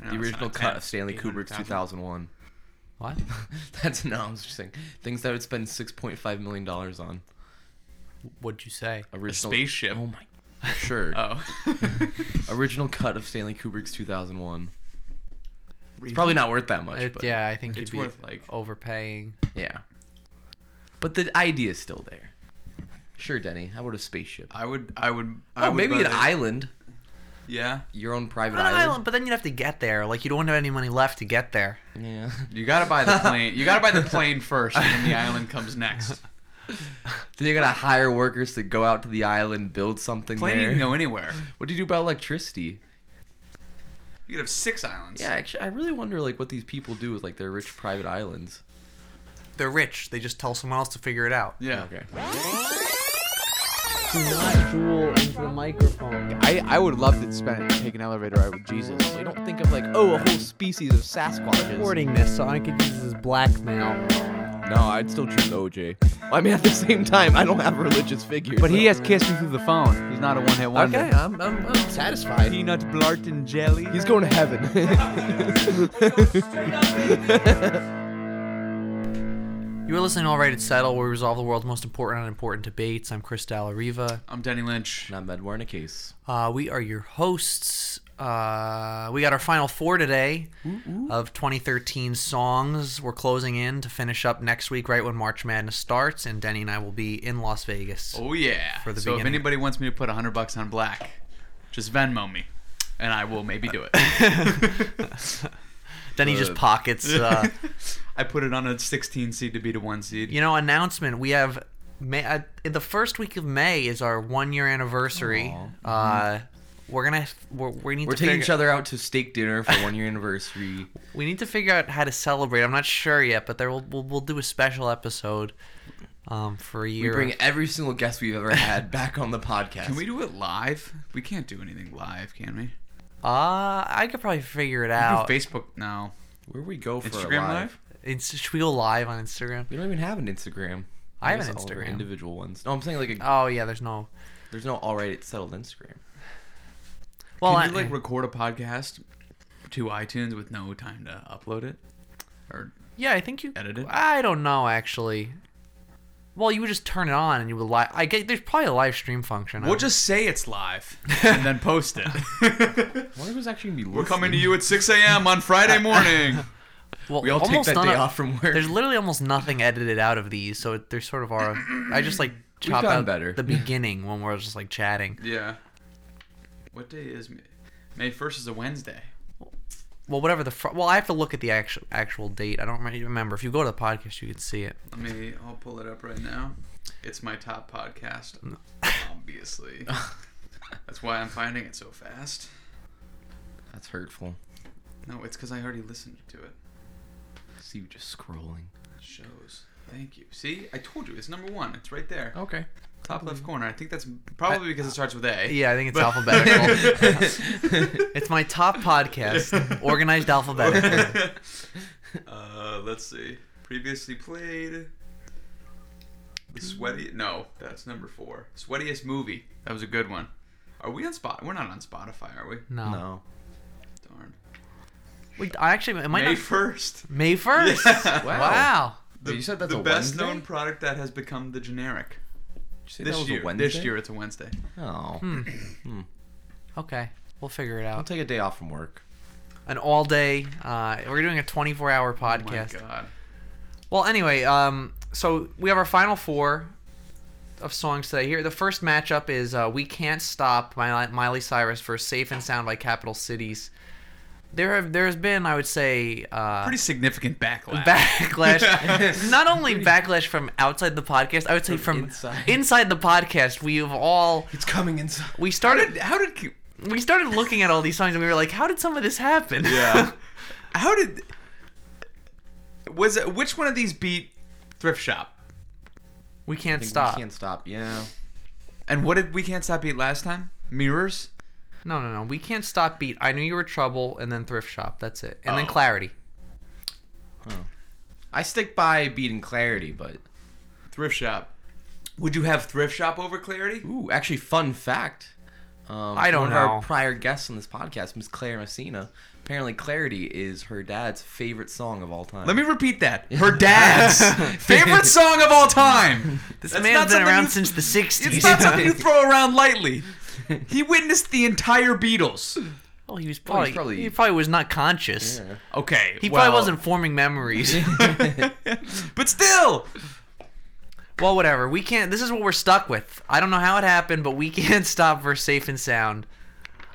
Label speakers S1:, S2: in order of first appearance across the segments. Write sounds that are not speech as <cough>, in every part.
S1: the
S2: That's
S1: original
S2: not
S1: cut
S2: 10,
S1: of Stanley Kubrick's
S2: 800,000.
S1: 2001.
S3: What?
S1: <laughs> That's no, I'm just saying things that would spend 6.5 million dollars on
S3: What'd you say?
S1: original
S2: spaceship. <laughs>
S1: Oh my, sure.
S2: Oh.
S1: original cut of Stanley Kubrick's 2001. It's probably not worth that much.
S3: It-
S1: but,
S3: yeah, I think
S2: it's
S3: you'd be
S2: worth, like-
S3: overpaying.
S1: yeah. But the idea is still there. Sure, Denny. How about a spaceship?
S2: I would. I would. I
S1: Oh,
S2: would
S1: maybe an
S2: rather-
S1: island.
S2: Yeah.
S1: Your own private
S3: An island,
S1: island.
S3: but then you'd have to get there. Like you don't have any money left to get there.
S1: Yeah. <laughs>
S2: You gotta buy <laughs> the plane. You gotta buy the plane first, and then the island comes <laughs> next.
S1: Then you gotta hire workers to go out to the island, build something
S2: Plane you
S1: there.
S2: can go anywhere.
S1: What do you do about electricity?
S2: You could have six islands.
S1: Yeah, actually, I really wonder like what these people do with like their rich private islands.
S3: They're rich. They just tell someone else to figure it out.
S2: Yeah.
S1: Okay.
S4: not drool into the microphone.
S5: I, I would love to spend take an elevator ride with Jesus.
S1: You don't think of like oh a whole species of Sasquatches.
S4: Recording this, so I could use this as blackmail.
S5: No, I'd still choose OJ.
S1: I mean, at the same time, I don't have religious figures.
S5: But he has kissed me through the phone. He's not a one-hit wonder.
S1: okay, I'm, I'm, I'm satisfied.
S5: Peanut blart and jelly.
S1: He's going to <laughs> heaven.
S3: You are listening to All Right It's Settle, where we resolve the world's most important and unimportant debates. I'm Chris Dallariva.
S2: I'm Denny Lynch.
S1: Not bad. We're in a case.
S3: Uh, we are your hosts. Uh, we got our final four today of 2013 songs. We're closing in to finish up next week, right when March Madness starts, and Denny and I will be in Las Vegas.
S2: Oh yeah.
S3: For the
S2: so if
S3: beginning.
S2: anybody wants me to put hundred bucks on black, just Venmo me, and I will maybe do it. <laughs>
S3: Denny just pockets.
S1: <laughs>
S3: <laughs> Uh,
S2: I put it on a 16 seed to beat a one seed.
S3: you know, announcement. We have May, uh, in the first week of May is our one year anniversary. Uh, we're gonna we're, we need
S1: mm-hmm. We're taking
S3: to figure,
S1: each other out to steak dinner for one year anniversary.
S3: we need to figure out how to celebrate. I'm not sure yet, but there will we'll, we'll do a special episode um, for
S1: We
S3: a year.
S1: bring every single guest we've ever had back on the podcast.
S2: Can we do it live? We can't do anything live, can we?
S3: Uh, I could probably figure it
S2: Do
S3: out.
S2: Facebook now.
S1: Where we go for a
S2: Instagram
S1: live?
S2: live?
S3: It's, should we go live on Instagram?
S1: We don't even have an Instagram.
S3: I have an
S1: There's all our
S3: Instagram.
S1: Individual ones. No, I'm saying like a,
S3: Oh yeah, there's no.
S1: there's no all right, it's settled Instagram.
S3: Well,
S2: Can you
S3: I, eh,
S2: like record a podcast to iTunes with no time to upload it? Or
S3: yeah, I think you.
S2: edit it?
S3: I don't know actually. Well, you would just turn it on and you would live. I get there's probably a live stream function. I
S2: we'll
S3: don't-
S2: just say it's live and then post
S3: <laughs>
S2: it.
S1: I wonder who's actually gonna be.
S2: We're coming to
S1: listening.
S2: you at 6 a.m. on Friday
S3: <laughs>
S2: morning.
S3: well,
S1: We all take
S3: almost
S1: that
S3: none
S1: day
S3: of-
S1: off from work.
S3: There's literally almost nothing edited out of these, so it, there's sort of our. I just
S1: <clears throat>
S3: like chop
S1: gotten
S3: out
S1: better.
S3: the beginning when we're just like chatting.
S2: yeah. What day is May? May 1st is a Wednesday.
S3: Well, whatever the fr- well, I have to look at the actual actual date. I don't really remember. If you go to the podcast, you can see it.
S2: Let me, I'll pull it up right now. It's my top podcast, obviously. That's why I'm finding it so fast.
S1: That's hurtful.
S2: No, it's because I already listened to it.
S1: See you just scrolling.
S2: Shows. Thank you. See, I told you it's number one. It's right there,
S1: Oh, Okay.
S2: top left corner. I think that's probably because it starts with A. <laughs>
S3: Yeah, I think it's
S1: <laughs>
S3: alphabetical. it's my
S2: <laughs>
S3: top podcast, organized alphabetically.
S2: uh, let's see. Previously played. The sweaty. No, that's number four. Sweatiest movie. That was a good one. Are we on spot? We're not on Spotify, are we?
S3: No.
S1: No.
S2: Darn.
S3: Wait, I actually it might
S2: May
S3: not <laughs>
S2: first.
S3: May
S2: <laughs>
S3: first. <laughs>
S2: Yeah.
S1: Wow.
S3: Wow.
S2: The,
S1: you said that's
S2: the
S1: a
S2: best
S1: Wednesday?
S2: known product that has become the generic.
S1: Did you say
S2: this
S1: that was
S2: year.
S1: a Wednesday?
S2: This year it's a Wednesday.
S1: Oh.
S3: Okay, we'll figure it
S1: I'll
S3: out.
S1: take a day off from work.
S3: An all day. Uh, we're doing a 24 hour
S2: Oh my
S3: podcast.
S2: god.
S1: Ah.
S3: Well, anyway, um, so we have our final four of songs today. Here, the first matchup is uh, "We Can't Stop" by Mi- Miley Cyrus versus "Safe and Sound" by Capital Cities. There have there has been, I would say, uh,
S2: Pretty significant backlash. <laughs>
S1: <laughs>
S3: backlash. Not only backlash from outside the podcast, I would say from,
S1: inside.
S3: inside. the podcast. We've all
S1: It's coming inside.
S3: we
S2: how
S3: started
S2: did how did Ki-
S3: we started looking at all these songs and we were like, how did some of this happen?
S2: Yeah. <laughs> How did was it, which one of these beat thrift shop?
S3: <laughs> we can't stop.
S1: We can't stop. Yeah.
S2: And what did we can't stop beat last time? Mirrors.
S3: No, no, no. We can't stop. Beat. I knew you were trouble, and then thrift shop. That's it, and then
S2: Oh.
S3: clarity.
S1: I stick by beating clarity, but
S2: Thrift shop. Would you have thrift shop over clarity?
S1: ooh, actually, fun fact. Um,
S3: I don't
S1: one Of
S3: know.
S1: our prior guests on this podcast, Miss Claire Messina, Apparently, Clarity is her dad's favorite song of all time.
S2: Let me repeat that.
S3: <laughs>
S2: Her dad's favorite song of all time.
S3: This
S2: That's not
S3: man's been
S2: something
S3: around
S2: you-
S3: since the '60s.
S2: It's not
S3: <laughs>
S2: something you throw around lightly. He witnessed the entire Beatles.
S3: Oh, he was probably,
S1: probably-
S3: he probably was not conscious.
S1: Yeah.
S2: Okay.
S3: He
S2: well-
S3: probably wasn't
S2: <laughs>
S3: forming memories.
S2: but still,
S3: well, whatever. We can't. This is what we're stuck with. I don't know how it happened, but we <laughs> can't stop for safe and sound.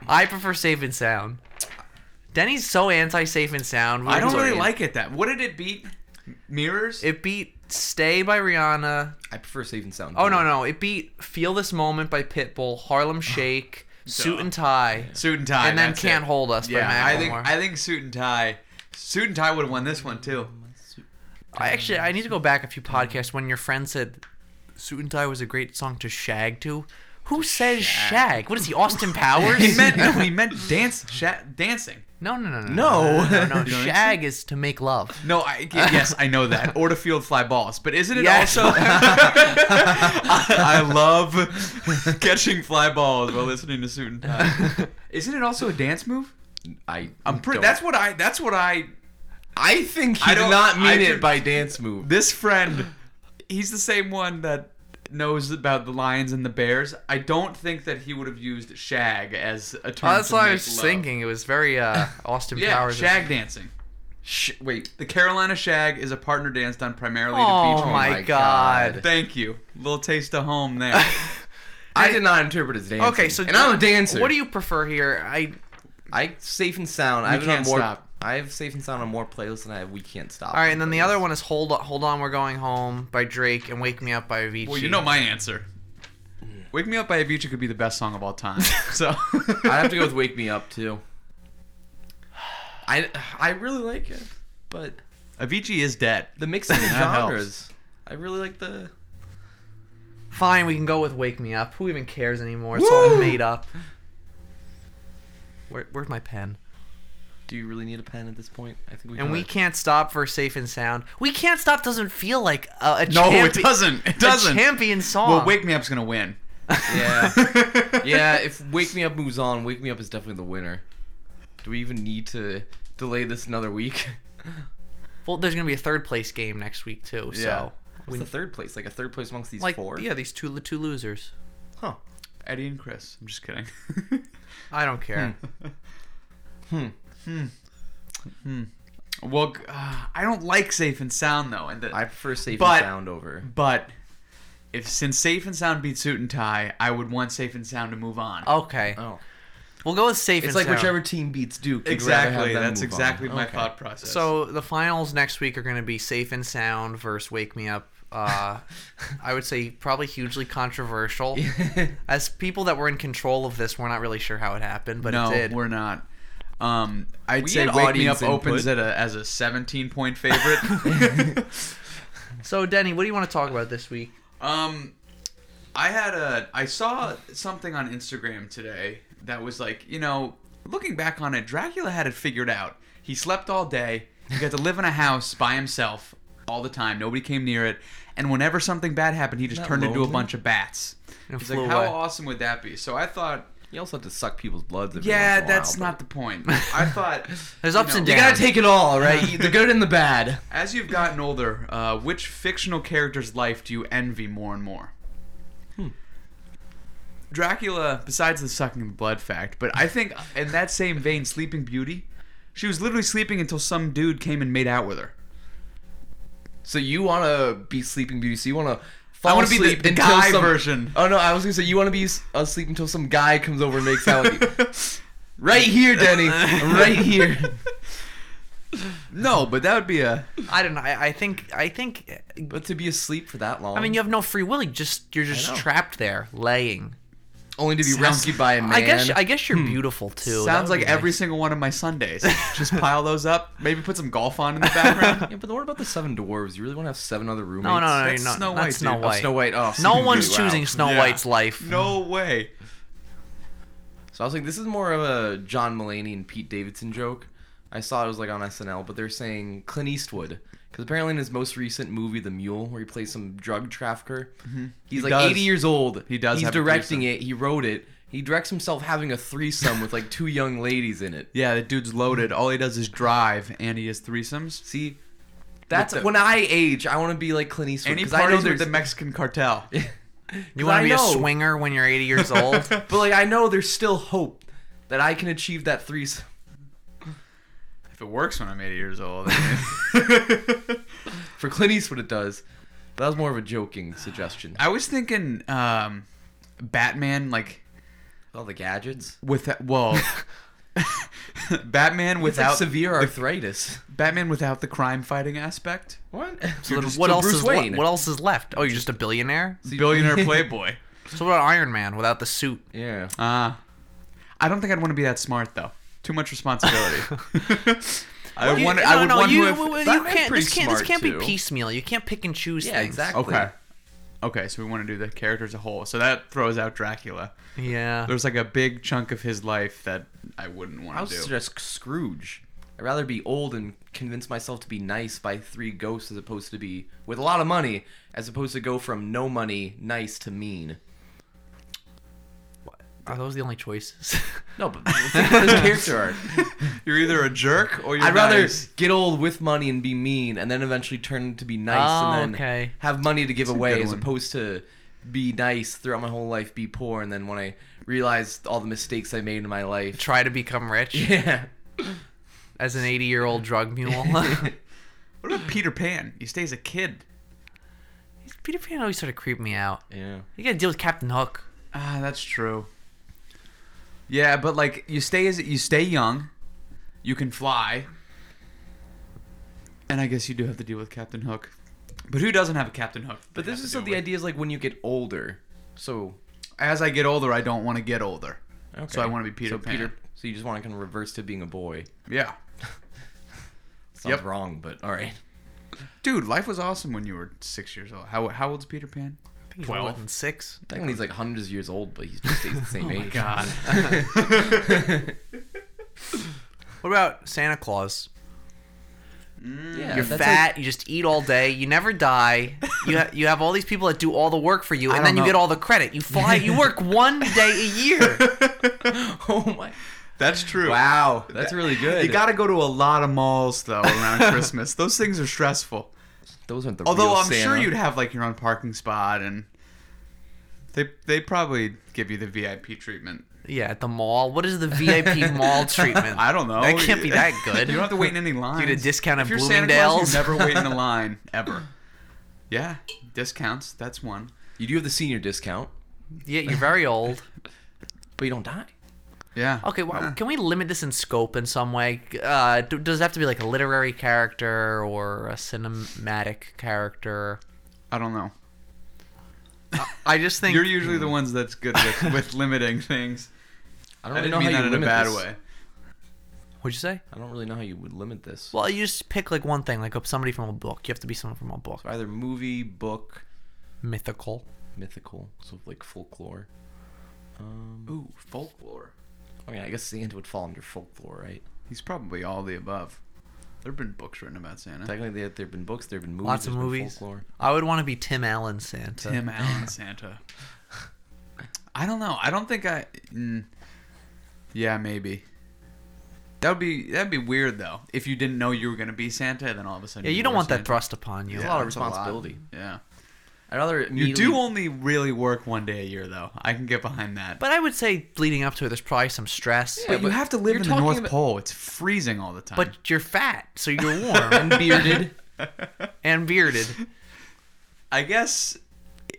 S3: I prefer safe and sound. Denny's so anti-safe and sound.
S2: I don't
S3: We're
S2: really
S3: sorry.
S2: like it. That what did it beat? Mirrors.
S3: It beat "Stay" by Rihanna.
S1: I prefer Safe and Sound.
S3: Oh no, no! It beat "Feel This Moment" by Pitbull,
S2: <sighs>
S3: "Harlem Shake," "Suit and Tie,"
S2: suit and tie.
S3: and then
S2: that's
S3: "Can't
S2: it.
S3: Hold Us" by
S2: Yeah,
S3: Mac
S2: I think
S3: Miller.
S2: I think suit and tie. Suit and tie would have won this one
S3: <laughs>
S2: too.
S3: I actually I need to go back a few
S2: Mm-hmm.
S3: podcasts when your friend said "Suit and Tie" was a great song to shag to. Who says shag? What is he,
S2: <laughs>
S3: Austin
S2: He
S3: Powers?
S2: meant no. He meant dance, sha- dancing.
S3: no, no, no,
S1: <laughs>
S3: no,
S1: No.
S3: <laughs> no, no, no.
S2: <laughs> You don't
S3: Shag is to make love.
S2: No, I, yes, I know
S3: <laughs>
S2: that. Or to field fly balls. But isn't it
S3: Yes. <laughs>
S2: also. <laughs> I, I love <laughs> catching fly balls while listening to Suit and Tie. Isn't it also a dance move?
S1: I.
S2: I'm pretty.
S1: don't-
S2: That's what I. That's what I.
S1: I think he
S2: I
S1: did
S2: don't-
S1: not mean
S2: I
S1: it
S2: did-
S1: by dance move.
S2: This friend, he's the same one that knows about the lions and the bears. I don't think that he would have used shag as a term.
S3: Oh, that's
S2: to
S3: what I
S2: make
S3: was
S2: love.
S3: thinking. It was very <laughs> uh, Austin
S2: Yeah,
S3: Powers.
S2: shag dancing.
S1: Sh- wait.
S2: The Carolina shag is a partner dance done primarily to
S3: Oh
S2: beach.
S3: my
S1: my
S3: god.
S1: God.
S2: Thank you. Little taste of home
S3: <laughs>
S2: there.
S1: I did not interpret as dancing.
S3: Okay, so
S1: and I'm a dancer.
S3: What do you prefer here? I
S1: I safe and sound. I
S2: We
S1: have it on
S2: can't
S1: more.
S2: stop.
S1: I have safe and sound on more playlists than I have. We can't stop.
S3: all right, and then the
S1: <laughs>
S3: other one is "Hold On, Hold On, We're Going Home" by Drake and "Wake Me Up" by Avicii.
S2: Well, you know my answer. Wake Me Up by Avicii could be the best song of all
S1: <laughs>
S2: time. So
S1: I have to go with "Wake Me Up" too. I I really like it, but
S2: <laughs> Avicii is dead.
S1: the mixing
S3: <laughs>
S1: of
S2: That helps.
S1: genres. I really like the.
S3: Fine, we can go with "Wake Me Up." Who even cares anymore? It's all made up. Where, where's my pen?
S1: Do you really need a pen at this point? I think we.
S3: And
S1: kinda-
S3: we can't stop for "Safe and Sound." We can't stop doesn't feel like a, a
S2: No, it
S3: champi-
S2: doesn't. It
S3: a
S2: doesn't.
S3: champion song.
S2: Well, Wake Me Up's gonna win.
S3: <laughs>
S1: Yeah. yeah. If "Wake Me Up" moves on, "Wake Me Up" is definitely the winner. Do we even need to delay this another week? <laughs>
S3: Well, there's gonna be a third place game next week too.
S2: Yeah.
S3: So,
S1: What's the third place? Like a third place amongst these
S3: like,
S1: four?
S3: yeah, these two two losers.
S1: Huh.
S2: Eddie and Chris. I'm just kidding. <laughs>
S3: I don't care.
S1: Hmm.
S2: well, g- uh, I don't like Safe and Sound though, and the,
S1: I prefer safe
S2: But-
S1: and sound over.
S2: but if since Safe and Sound beat Suit and Tie, I would want Safe and Sound to move on.
S3: Okay,
S1: Oh.
S3: we'll go with "Safe
S1: It's
S3: and
S1: like
S3: Sound."
S1: whichever team beats Duke. you'd rather have
S2: exactly.
S1: them
S2: That's
S1: move on.
S2: exactly my
S1: Okay.
S2: thought process.
S3: So the finals next week are going to be Safe and Sound versus Wake Me Up.
S1: <laughs>
S3: Uh, I would say probably hugely controversial. As people that were in control of this, we're not really sure how it happened, but
S2: no,
S3: it did.
S2: we're not. Um, I'd
S1: We
S2: say
S1: had
S2: Wake Me Up
S1: audience
S2: opens
S1: input.
S2: at a, as a 17 point
S1: <laughs>
S2: favorite. <laughs>
S3: So Denny, what do you want to talk about this week?
S2: Um, I had a I saw something on Instagram today that was like, you know, looking back on it, Dracula had it figured out. He slept all day. He got to live in a house by himself all the time. Nobody came near it. And whenever something bad happened, he just
S1: Not
S2: turned into a
S1: lonely.
S2: bunch of bats.
S3: And
S2: He's
S3: flew
S2: like, how
S3: away.
S2: awesome would that be? So I thought,
S1: You also have to suck people's bloods. Every
S2: yeah,
S1: once in a while,
S2: that's
S1: but-
S2: not the
S3: <laughs>
S2: point. I thought
S3: There's
S2: you
S3: ups
S2: know,
S3: and
S1: You
S3: downs.
S1: gotta take it all, right? You- the good and the bad.
S2: As you've gotten older, uh, which fictional character's life do you envy more and more? Dracula, besides the sucking of blood fact, but I think in that same vein, Sleeping Beauty, she was literally sleeping until some dude came and made out with her.
S1: So you want to be Sleeping Beauty? So you want to fall
S2: wanna be the-
S1: asleep
S2: the
S1: until
S2: guy
S1: some-
S2: version.
S1: Oh no, I was gonna say you want to be s- asleep until some guy comes over and makes out with you. Right here, Denny. I'm right here.
S2: No, but that would be a.
S3: <laughs> I don't know. I, I think I think.
S1: But to be asleep for that long,
S3: I mean, you have no free will. You just you're just
S1: know.
S3: trapped there, laying.
S1: only to be
S2: Sounds-
S1: rescued by a man.
S3: I guess I guess you're beautiful too. That
S2: sounds
S3: would
S2: like
S3: be
S2: every
S3: nice.
S2: single one of my Sundays. Just pile those up. Maybe put some golf on in the
S1: <laughs>
S2: background.
S1: Yeah, but what about the seven dwarves? You really want to have seven other roommates?
S3: No, no, no,
S2: That's
S3: no,
S2: Snow
S3: no.
S2: White, dude.
S3: That's Snow
S2: Oh,
S1: Oh,
S3: White.
S1: Snow White. Oh,
S3: No
S1: Sleeping
S3: one's
S1: Beauty, wow.
S3: choosing Snow
S2: Yeah.
S3: White's life.
S2: no way.
S1: So I was like, this is more of a John Mulaney and Pete Davidson joke. I saw it was like on SNL, but they're saying Clint Eastwood. Because apparently in his most recent movie, The Mule, where he plays some drug trafficker, he's like
S2: Mm-hmm. does.
S1: 80 years old.
S2: He does
S1: He's
S2: have a
S1: directing it. He wrote it. He directs himself having a threesome with like two young ladies in it.
S2: Yeah, the dude's loaded. All he does is drive, and he has threesomes.
S1: See, that's
S2: the-
S1: when I age, I want to be like Clint Eastwood
S2: Any
S1: because I know
S2: parties with
S1: there's
S2: the Mexican cartel?
S3: You
S1: 'Cause
S3: want
S1: I
S3: to be a
S1: know.
S3: swinger when you're
S1: <laughs>
S3: 80 years old?
S1: but like I know there's still hope that I can achieve that threesome. <laughs>
S2: If it works when I'm 80 years old. I mean.
S1: For Clint Eastwood, it does. That was more of a joking suggestion.
S2: I was thinking um, Batman, like
S1: All the gadgets.
S2: with well, Batman without
S1: Without severe arthritis.
S2: Batman without the crime fighting aspect.
S1: What?
S3: So then
S1: Just
S3: what
S1: to
S3: else
S1: Bruce
S3: is
S1: Wayne.
S3: What, what else is left? Oh, you're just a billionaire.
S2: Billionaire playboy.
S3: So what about Iron Man without the suit?
S1: Yeah.
S2: <laughs> Uh, I don't think I'd want to be that smart though. Too much responsibility. I would
S3: You-
S2: want.
S3: no,
S2: I would
S3: no,
S2: want
S3: you,
S2: who if-
S3: w- w- you
S1: Batman's
S3: can't.
S1: pretty
S3: This can't. This
S1: smart,
S3: can't
S1: too.
S3: be piecemeal. You can't pick and choose
S1: Yeah,
S3: things.
S1: exactly.
S2: Okay. Okay, so we want to do the character as a whole. So that throws out Dracula.
S3: Yeah.
S2: There's like a big chunk of his life that I wouldn't
S1: I
S2: want
S1: would
S2: to do.
S1: suggest Scrooge. I'd rather be old and convince myself to be nice by three ghosts as opposed to be with a lot of money, as opposed to go from no money, nice to mean.
S3: Are those the only choices? <laughs>
S1: No, but <laughs> think about his character arc.
S2: You're either a jerk or you're
S1: I'd rather
S2: nice.
S1: get old with money and be mean, and then eventually turn to be nice,
S3: Oh,
S1: and then
S3: okay.
S1: have money to give
S2: That's a
S1: away,
S2: good
S1: as
S2: one.
S1: opposed to be nice throughout my whole life, be poor, and then when I realize all the mistakes I made in my life,
S3: Try to become
S1: <laughs>
S3: rich
S1: yeah,
S3: as an 80 year old drug
S1: <laughs>
S3: mule. <laughs>
S2: What about Peter Pan? He stays a kid.
S3: Peter Pan always sort of creeped me out.
S1: yeah.
S3: You gotta deal with Captain Hook.
S2: Ah, that's true. Yeah, but like you stay as you stay young, you can fly, and I guess you do have to deal with Captain Hook. But who doesn't have a Captain Hook?
S1: But
S2: they
S1: this
S2: have
S1: is
S2: to
S1: so
S2: deal
S1: the
S2: with?
S1: idea is like when you get older, so
S2: As I get older, I don't want to get older.
S1: okay.
S2: So I want to be Peter
S1: so
S2: Pan.
S1: so you just want to kind of reverse to being a boy.
S2: Yeah,
S1: Sounds
S2: Yep.
S1: wrong, but all right.
S2: dude, life was awesome when you were six years old. How how old's Peter Pan?
S3: I think he's
S2: Twelve.
S3: older than six.
S1: Technically, he's like hundreds of years old, but he just stays the
S2: <laughs>
S1: same age.
S2: Oh God.
S3: <laughs> What about Santa Claus?
S1: yeah,
S3: You're
S1: that's
S3: fat. you just eat all day. You never die. You ha- you have all these people that do all the work for you,
S2: I
S3: and then
S2: don't
S3: you get
S2: know.
S3: all the credit. You fly. You
S2: <laughs>
S3: work one day a year.
S1: Like, <laughs> oh my!
S2: That's true.
S1: Wow, that's really good.
S2: You got to go to a lot of malls though <laughs> around Christmas. Those things are stressful.
S1: Those aren't the
S2: Although
S1: real
S2: I'm sure
S1: Santa.
S2: you'd have like your own parking spot and they they probably give you the VIP treatment.
S3: Yeah, at the mall. What is
S2: <laughs>
S3: the VIP mall treatment?
S2: I don't know.
S3: That can't
S2: <laughs>
S3: be that good.
S2: you don't have to wait in
S3: <laughs>
S2: any lines.
S3: Get a discount at
S2: if you're Santa Claus,
S3: Bloomingdale's.
S2: you never wait in
S3: <laughs>
S2: a line ever. Yeah, discounts. That's one.
S1: You do have the senior discount,
S3: yeah, you're very old.
S1: but you don't die.
S2: Yeah.
S3: Okay, well,
S2: Yeah.
S3: can we limit this in scope in some way? Uh, d- does it have to be like a literary character or a cinematic character?
S2: I don't know.
S3: I just think
S2: You're usually the ones that's good with,
S3: <laughs>
S2: with limiting things.
S1: I don't
S2: I
S1: really
S2: didn't
S1: know
S2: mean
S1: how
S2: that in
S1: you
S2: a
S1: limit
S2: bad
S1: this.
S2: way.
S3: What'd you say?
S1: I don't really know how you would limit this.
S3: Well, you just pick like one thing, like somebody from a book. You have to be someone from a book.
S1: Either movie, book,
S3: Mythical.
S1: mythical, so like folklore. Um,
S2: Ooh, folklore.
S1: I mean, I guess Santa would fall under folklore, right?
S2: He's probably all the above. There've been books written about Santa.
S1: Technically, there have been books, there have been movies,
S3: Lots of
S1: there's been
S3: movies.
S1: folklore.
S3: I would want to be Tim Allen Santa.
S2: Tim Allen Santa. I don't know. I don't think I. Mm, yeah, maybe. That would be that'd be weird though. If you didn't know you were gonna be Santa, and then all of a sudden
S3: Yeah, you don't want that
S2: thrust.
S3: thrust upon you.
S1: It's a lot of
S2: that's
S1: responsibility.
S2: Yeah,
S1: I'd rather
S2: you
S1: immediately-
S2: do only really work one day a year though. I can get behind that.
S3: But I would say leading up to it, there's probably some stress.
S1: Yeah,
S2: but you
S1: but
S2: have to live
S1: you're
S2: in the
S1: talking
S2: North
S1: about-
S2: Pole. It's freezing all the time.
S3: But you're fat, so you're warm
S1: and bearded.
S3: <laughs> and bearded.
S2: I guess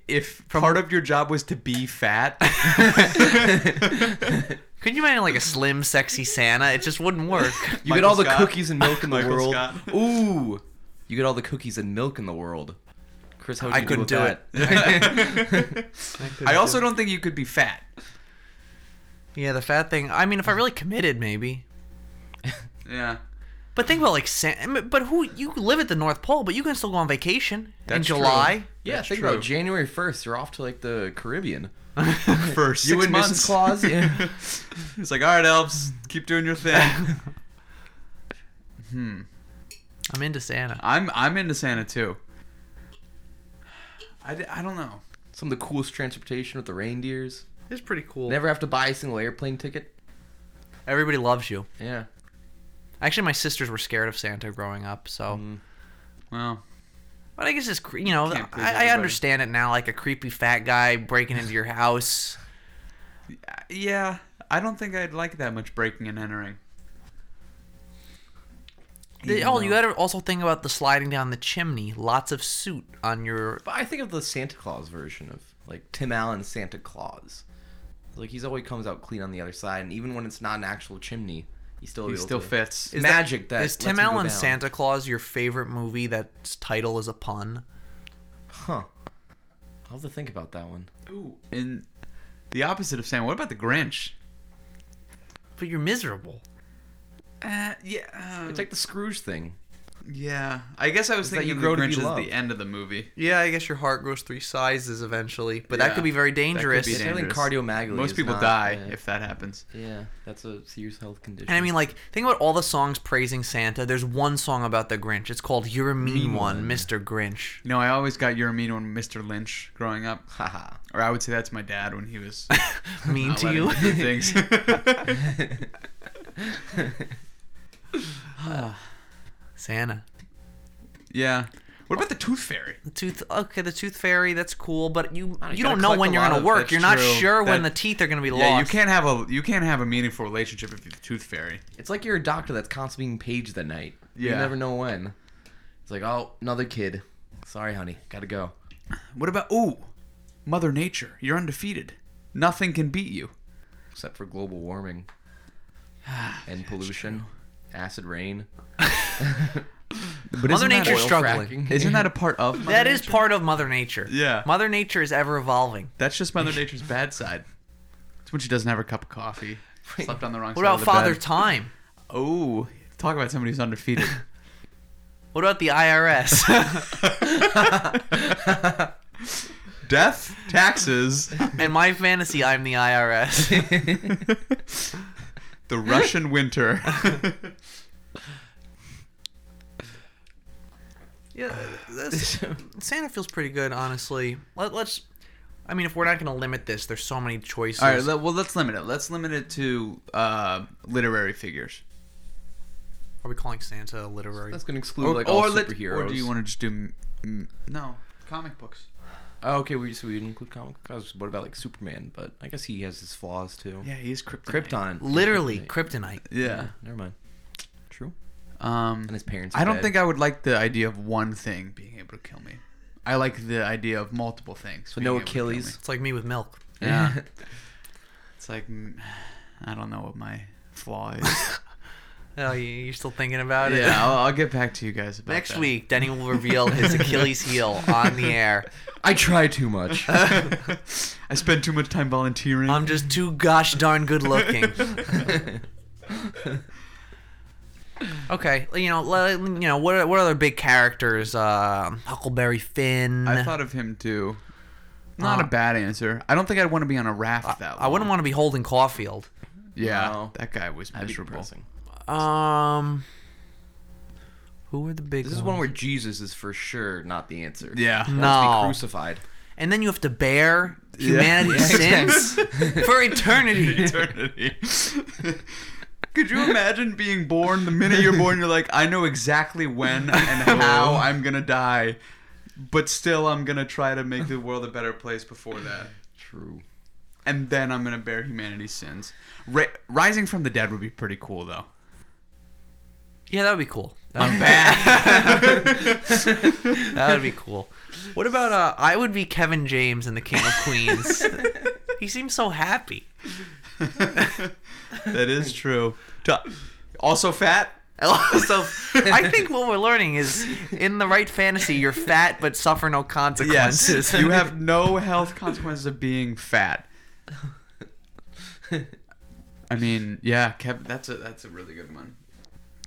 S2: if part of your job was to be fat, <laughs>
S3: Could you imagine like a slim, sexy Santa? It just wouldn't work.
S1: You get
S2: Michael
S1: all the
S2: Scott.
S1: cookies
S2: <laughs>
S1: and milk in the
S2: Michael
S1: world.
S2: Scott.
S1: Ooh, you get all the cookies and milk in the world. Chris, how
S3: I
S1: you
S3: couldn't
S1: do,
S3: do
S1: with
S3: it.
S1: that?
S2: I also don't think you could be fat.
S3: Yeah, the fat thing. I mean, if I really committed, maybe.
S2: Yeah.
S3: But think about like Santa. But who you live at the North Pole, but you can still go on vacation in
S2: That's true.
S3: July.
S1: Yeah,
S2: That's
S1: think
S2: true.
S1: about Janury first. You're off to like the Caribbean.
S2: for six
S1: you and
S2: months.
S1: Mrs.
S2: <laughs>
S1: Claus. Yeah.
S2: It's like, all right, elves, keep doing your thing.
S3: I'm into Santa.
S2: I'm I'm into Santa too. I, d- I don't know.
S1: Some of the coolest transportation with the reindeers.
S3: It's pretty cool.
S1: Never have to buy a single airplane ticket.
S3: Everybody loves you.
S1: Yeah.
S3: Actually, my sisters were scared of Santa growing up, so.
S1: Mm.
S2: Well,
S3: But I guess it's cre- you know
S2: Can't please
S3: I, I
S2: everybody.
S3: understand it now, like a creepy fat guy breaking into your house.
S2: yeah. I don't think I'd like that much breaking and entering.
S3: The-
S2: Even
S3: oh, you
S2: though-
S3: gotta also think about the sliding down the chimney. Lots of soot on your.
S1: But I think of the Santa Claus version of like Tim Allen's Santa Claus. Like he's always comes out clean on the other side, and even when it's not an actual chimney, he's still
S2: He
S1: able
S2: still
S1: to-
S2: fits.
S1: It's magic that,
S3: Is
S1: lets
S3: Tim
S1: him go
S3: Allen's
S1: down.
S3: Santa Claus your favorite movie? That's title is a pun.
S1: Huh. I'll have to think about that one.
S2: Ooh, and the opposite of Sam. What about the Grinch?
S3: But you're miserable.
S2: Uh, yeah.
S1: It's like the Scrooge thing.
S2: yeah. I guess I was
S1: that
S2: thinking
S1: you
S2: of
S1: grow
S2: the
S1: to be
S2: Grinch is
S1: loved.
S2: the end of the movie.
S3: Yeah, I guess your heart grows three sizes eventually, but that
S2: Yeah,
S3: could be very
S2: that could be
S3: dangerous.
S1: It's
S2: dangerous.
S1: really cardiomegaly.
S2: Most
S1: is
S2: people
S1: not-
S2: die
S1: yeah.
S2: if that happens.
S1: Yeah, that's a serious health condition.
S3: And I mean, like, think about all the songs praising Santa. There's one song about the Grinch. It's called "You're a Mean,
S1: Mean
S3: One,
S1: One.
S3: Mr. Grinch."
S2: You know, I always got your mean one, Mr. Lynch, growing up.
S1: haha.
S2: Or I would say that's my dad when he was <laughs>
S3: Mean
S2: not
S3: to
S2: letting
S3: you?
S2: me do things.
S3: <laughs>
S2: <laughs>
S3: Santa.
S2: yeah. What about the Tooth Fairy?
S3: The tooth. Okay, the tooth fairy. That's cool, but you
S1: I
S3: you
S1: gotta
S3: don't know
S1: collect
S3: when
S1: a
S3: you're
S1: lot
S3: gonna
S1: of-
S3: work.
S1: that's
S3: You're not
S2: true.
S3: sure when the
S2: That-
S3: teeth are gonna be
S2: Yeah, you
S3: lost.
S2: can't have a you can't have a meaningful relationship if you're the Tooth Fairy.
S1: <laughs> It's like you're a doctor that's constantly being paged that night. You
S2: Yeah.
S1: never know when. It's like, oh, another kid. Sorry, honey. Gotta go.
S2: What about ooh, Mother Nature? You're undefeated. Nothing can beat you.
S1: Except for global
S2: <sighs>
S1: warming and pollution, acid rain.
S2: But
S3: Mother
S2: isn't that-
S3: Nature's
S1: oil
S3: struggling.
S2: <laughs>
S1: fracking.
S2: Isn't that a part of Mother
S3: <laughs> That is
S2: Nature?
S3: part of Mother Nature.
S2: Yeah.
S3: Mother Nature is ever evolving.
S2: That's just Mother Nature's bad side. It's when she doesn't have her cup of coffee. Slept on the wrong side
S3: What about
S2: of the
S3: Father
S2: bed.
S3: Time?
S2: oh, talk about somebody who's
S3: <laughs>
S2: undefeated.
S3: What about
S2: <laughs>
S3: the IRS?
S2: Death,
S3: <laughs>
S2: taxes,
S3: In my fantasy, I'm the IRS.
S2: the Russian
S3: <laughs>
S2: winter. <sighs>
S3: yeah, that's- Santa feels pretty good, honestly. Let, let's. I mean, if we're not gonna limit this, there's so many choices.
S2: All right, le- well let's limit it. Let's limit it to uh, literary figures.
S3: Are we calling Santa a literary?
S1: That's gonna exclude like all
S2: let-
S1: superheroes.
S2: or do you want to just do m- m- no comic books?
S1: Oh, okay, we just we didn't include comic. I was- What about like Superman? But I guess he has his flaws too.
S2: Yeah, he's Krypton.
S1: Krypton.
S3: Literally
S1: Kryptonite.
S3: kryptonite.
S2: Yeah.
S1: Never mind. True.
S2: Um,
S1: And his parents. are
S2: I don't
S1: dead.
S2: think I would like the idea of one thing being able to kill me. I like the idea of multiple things.
S1: So
S2: being
S1: no
S2: able to kill
S1: Achilles?
S2: me.
S3: It's like me with milk.
S1: <laughs>
S2: Yeah. It's like mm, I don't know what my flaw
S1: <laughs>
S2: is.
S3: Oh, you- you're still thinking about it.
S2: yeah, I'll, I'll get back to you guys about
S3: <laughs> Next
S2: that.
S3: week, Denny will reveal his Achilles heel on the air.
S1: I try too much.
S2: <laughs> I spend too much time volunteering.
S3: I'm just too gosh darn
S2: <laughs>
S3: good looking. Okay, you know, le- you know, what what other big characters? Um Huckleberry Finn.
S2: I thought of him too. Not
S3: Uh,
S2: a bad answer. I don't think I'd want to be on a raft that.
S3: I wouldn't
S2: long.
S3: want to be holding Caulfield.
S2: Yeah,
S1: No.
S2: that guy was
S1: That'd be
S2: miserable.
S1: depressing.
S3: Um, who were the big?
S1: This is
S3: ones?
S1: one where Jesus is for sure not the answer.
S2: Yeah.
S1: He wants to be
S3: No.
S1: crucified.
S3: and then you have to bear humanity's
S1: <laughs> Yeah,
S3: sins for
S2: <laughs>
S3: eternity.
S2: eternity. <laughs> Could you imagine being born? The minute you're born, you're like, I know exactly
S1: <laughs>
S2: when and how I'm gonna die, but still, I'm gonna try to make the world a better place before that,
S1: True.
S2: and then I'm gonna bear humanity's sins. Ri- Rising from the dead would be pretty cool, though.
S3: Yeah, that would be cool.
S1: <laughs>
S2: I'm back.
S3: That would be cool. What about uh? I would be Kevin James in The King of
S1: <laughs>
S3: Queens. he seems so happy. <laughs>
S2: that
S1: <laughs>
S2: is true. Tu- Also, fat.
S3: So I think what we're learning is in the right fantasy, you're fat but suffer no
S2: Yes,
S3: consequences.
S2: <laughs> you have no health consequences of being fat. I mean, yeah, Kev, that's a that's a really good one.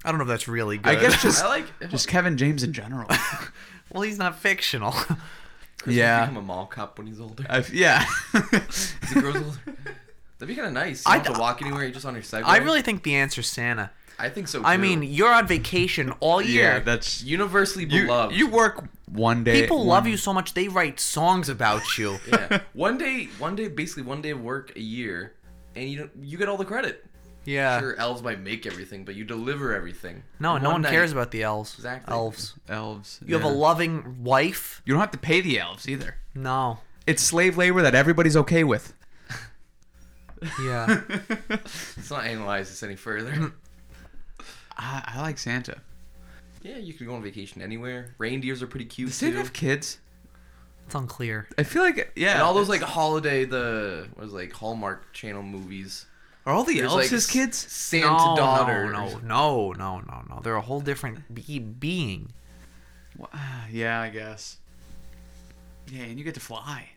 S3: I don't know if that's really good.
S2: I guess just
S1: <laughs> I like.
S2: just Kevin James in general.
S3: well, he's not
S1: <laughs>
S3: fictional.
S1: Chris
S2: yeah.
S1: yeah. Become a mall cop when he's older.
S2: I, yeah,
S1: <laughs>
S2: <laughs>
S1: As he grows older. <laughs> That'd be kind of nice. You
S3: I
S1: don't have
S3: d-
S1: to walk anywhere. You're just on your Segway.
S3: I really think the answer's Santa.
S1: I think so. Too.
S3: I mean, you're on vacation all year.
S2: yeah, that's
S1: universally
S2: you.
S1: beloved.
S2: You work one day.
S3: People love you so much they write songs about you.
S1: <laughs> <laughs> Yeah. one day, one day, basically one day of work a year, and you don't, you get all the credit.
S3: <laughs> yeah.
S1: sure, elves might make everything, but you deliver everything.
S3: No, no one
S1: night.
S3: cares about the elves.
S1: Exactly.
S3: Elves.
S2: elves.
S3: You have
S2: yeah.
S3: a loving wife?
S2: You don't have to pay the elves either.
S3: No.
S2: It's slave labor that everybody's okay with.
S1: <laughs>
S3: Yeah.
S1: Let's not analyze this any
S3: Mm.
S1: further.
S2: I, I like Santa.
S1: yeah, you can go on vacation anywhere. Reindeers are pretty cute
S2: Does Santa
S1: too.
S2: have kids?
S3: it's unclear.
S2: I feel like yeah.
S1: And all those like holiday the what was it, like Hallmark Channel movies.
S2: are all the
S1: There's,
S2: elves
S1: like,
S2: his
S1: S-
S2: kids?
S1: Santa
S3: no,
S1: daughter.
S3: No, no, no, no, no, no. They're a whole different be- being.
S2: Wha- <sighs> ah, Yeah, I guess. Yeah, and you get to fly.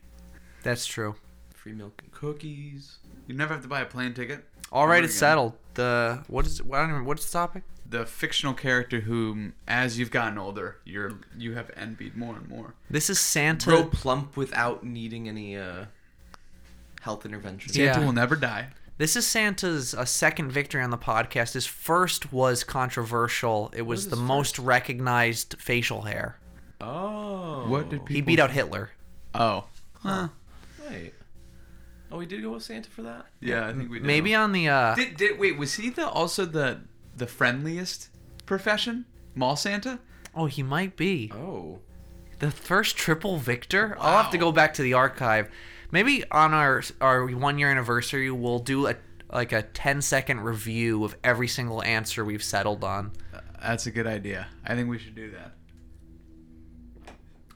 S3: That's true.
S1: Free milk and cookies.
S2: You never have to buy a plane ticket.
S3: All
S2: Never
S3: right, it's
S2: again.
S3: settled. The what is? I don't even. What's the topic?
S2: The fictional character whom, as you've gotten older, you're you have envied more and more.
S3: This is Santa.
S1: Grow plump without needing any uh, health intervention.
S3: Yeah.
S2: Santa will never die.
S3: This is Santa's uh, second victory on the podcast. His first was controversial. It was
S1: is
S3: the
S1: his
S3: most recognized facial hair.
S1: Oh.
S2: What did people?
S3: He beat out Hitler.
S2: Oh, huh.
S1: Wait. Oh, we did go with Santa for that.
S2: yeah, I think we did.
S3: Maybe on the uh,
S2: Did, did wait? Was he the also the the friendliest profession? Mall Santa?
S3: oh he might be
S1: Oh.
S3: the first triple victor. I'll have to go back to the archive. Maybe on our our one year anniversary, we'll do a like a 10 second review of every single answer we've settled on.
S2: That's a good idea. I think we should do that.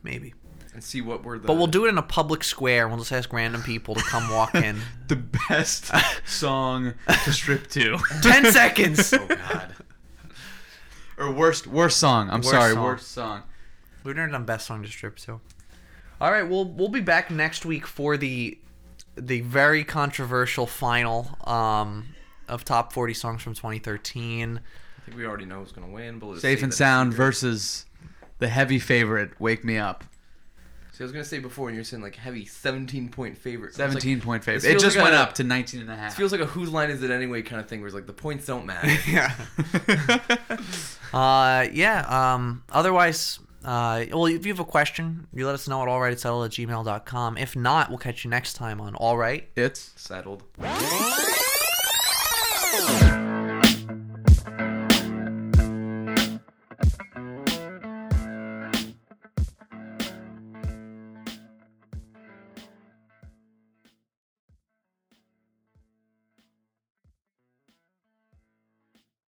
S3: Maybe.
S1: And see what were the.
S3: But we'll do it in a public square. and We'll just ask random people to come
S2: <laughs>
S3: walk in.
S2: The
S3: <laughs>
S2: best song to strip to,
S3: Ten seconds.
S1: Oh God.
S2: or worst worst song. I'm
S3: Worst
S2: sorry,
S3: song.
S2: worst song.
S3: We've never done best song to strip so. All right, we'll we'll be back next week for the the very controversial final um, of top 40 songs from 2013.
S1: I think we already know who's gonna win, but let's
S2: Safe
S1: save
S2: and
S1: it.
S2: Sound versus the heavy favorite. Wake me up.
S1: See, I was gonna say before, and you're saying like heavy 17 point favorite. I was like,
S2: 17 point favorite. It
S1: feels
S2: just
S1: like
S2: went
S1: a-
S2: up to 19 and a half.
S1: It feels like a whose line is it anyway kind of thing, where it's like the points don't matter.
S3: Yeah. uh, yeah. Um, otherwise, uh, well, if you have a question, you let us know at allrightsettle at gmail.com. If not, we'll catch you next time on All Right.
S2: it's
S1: Settled.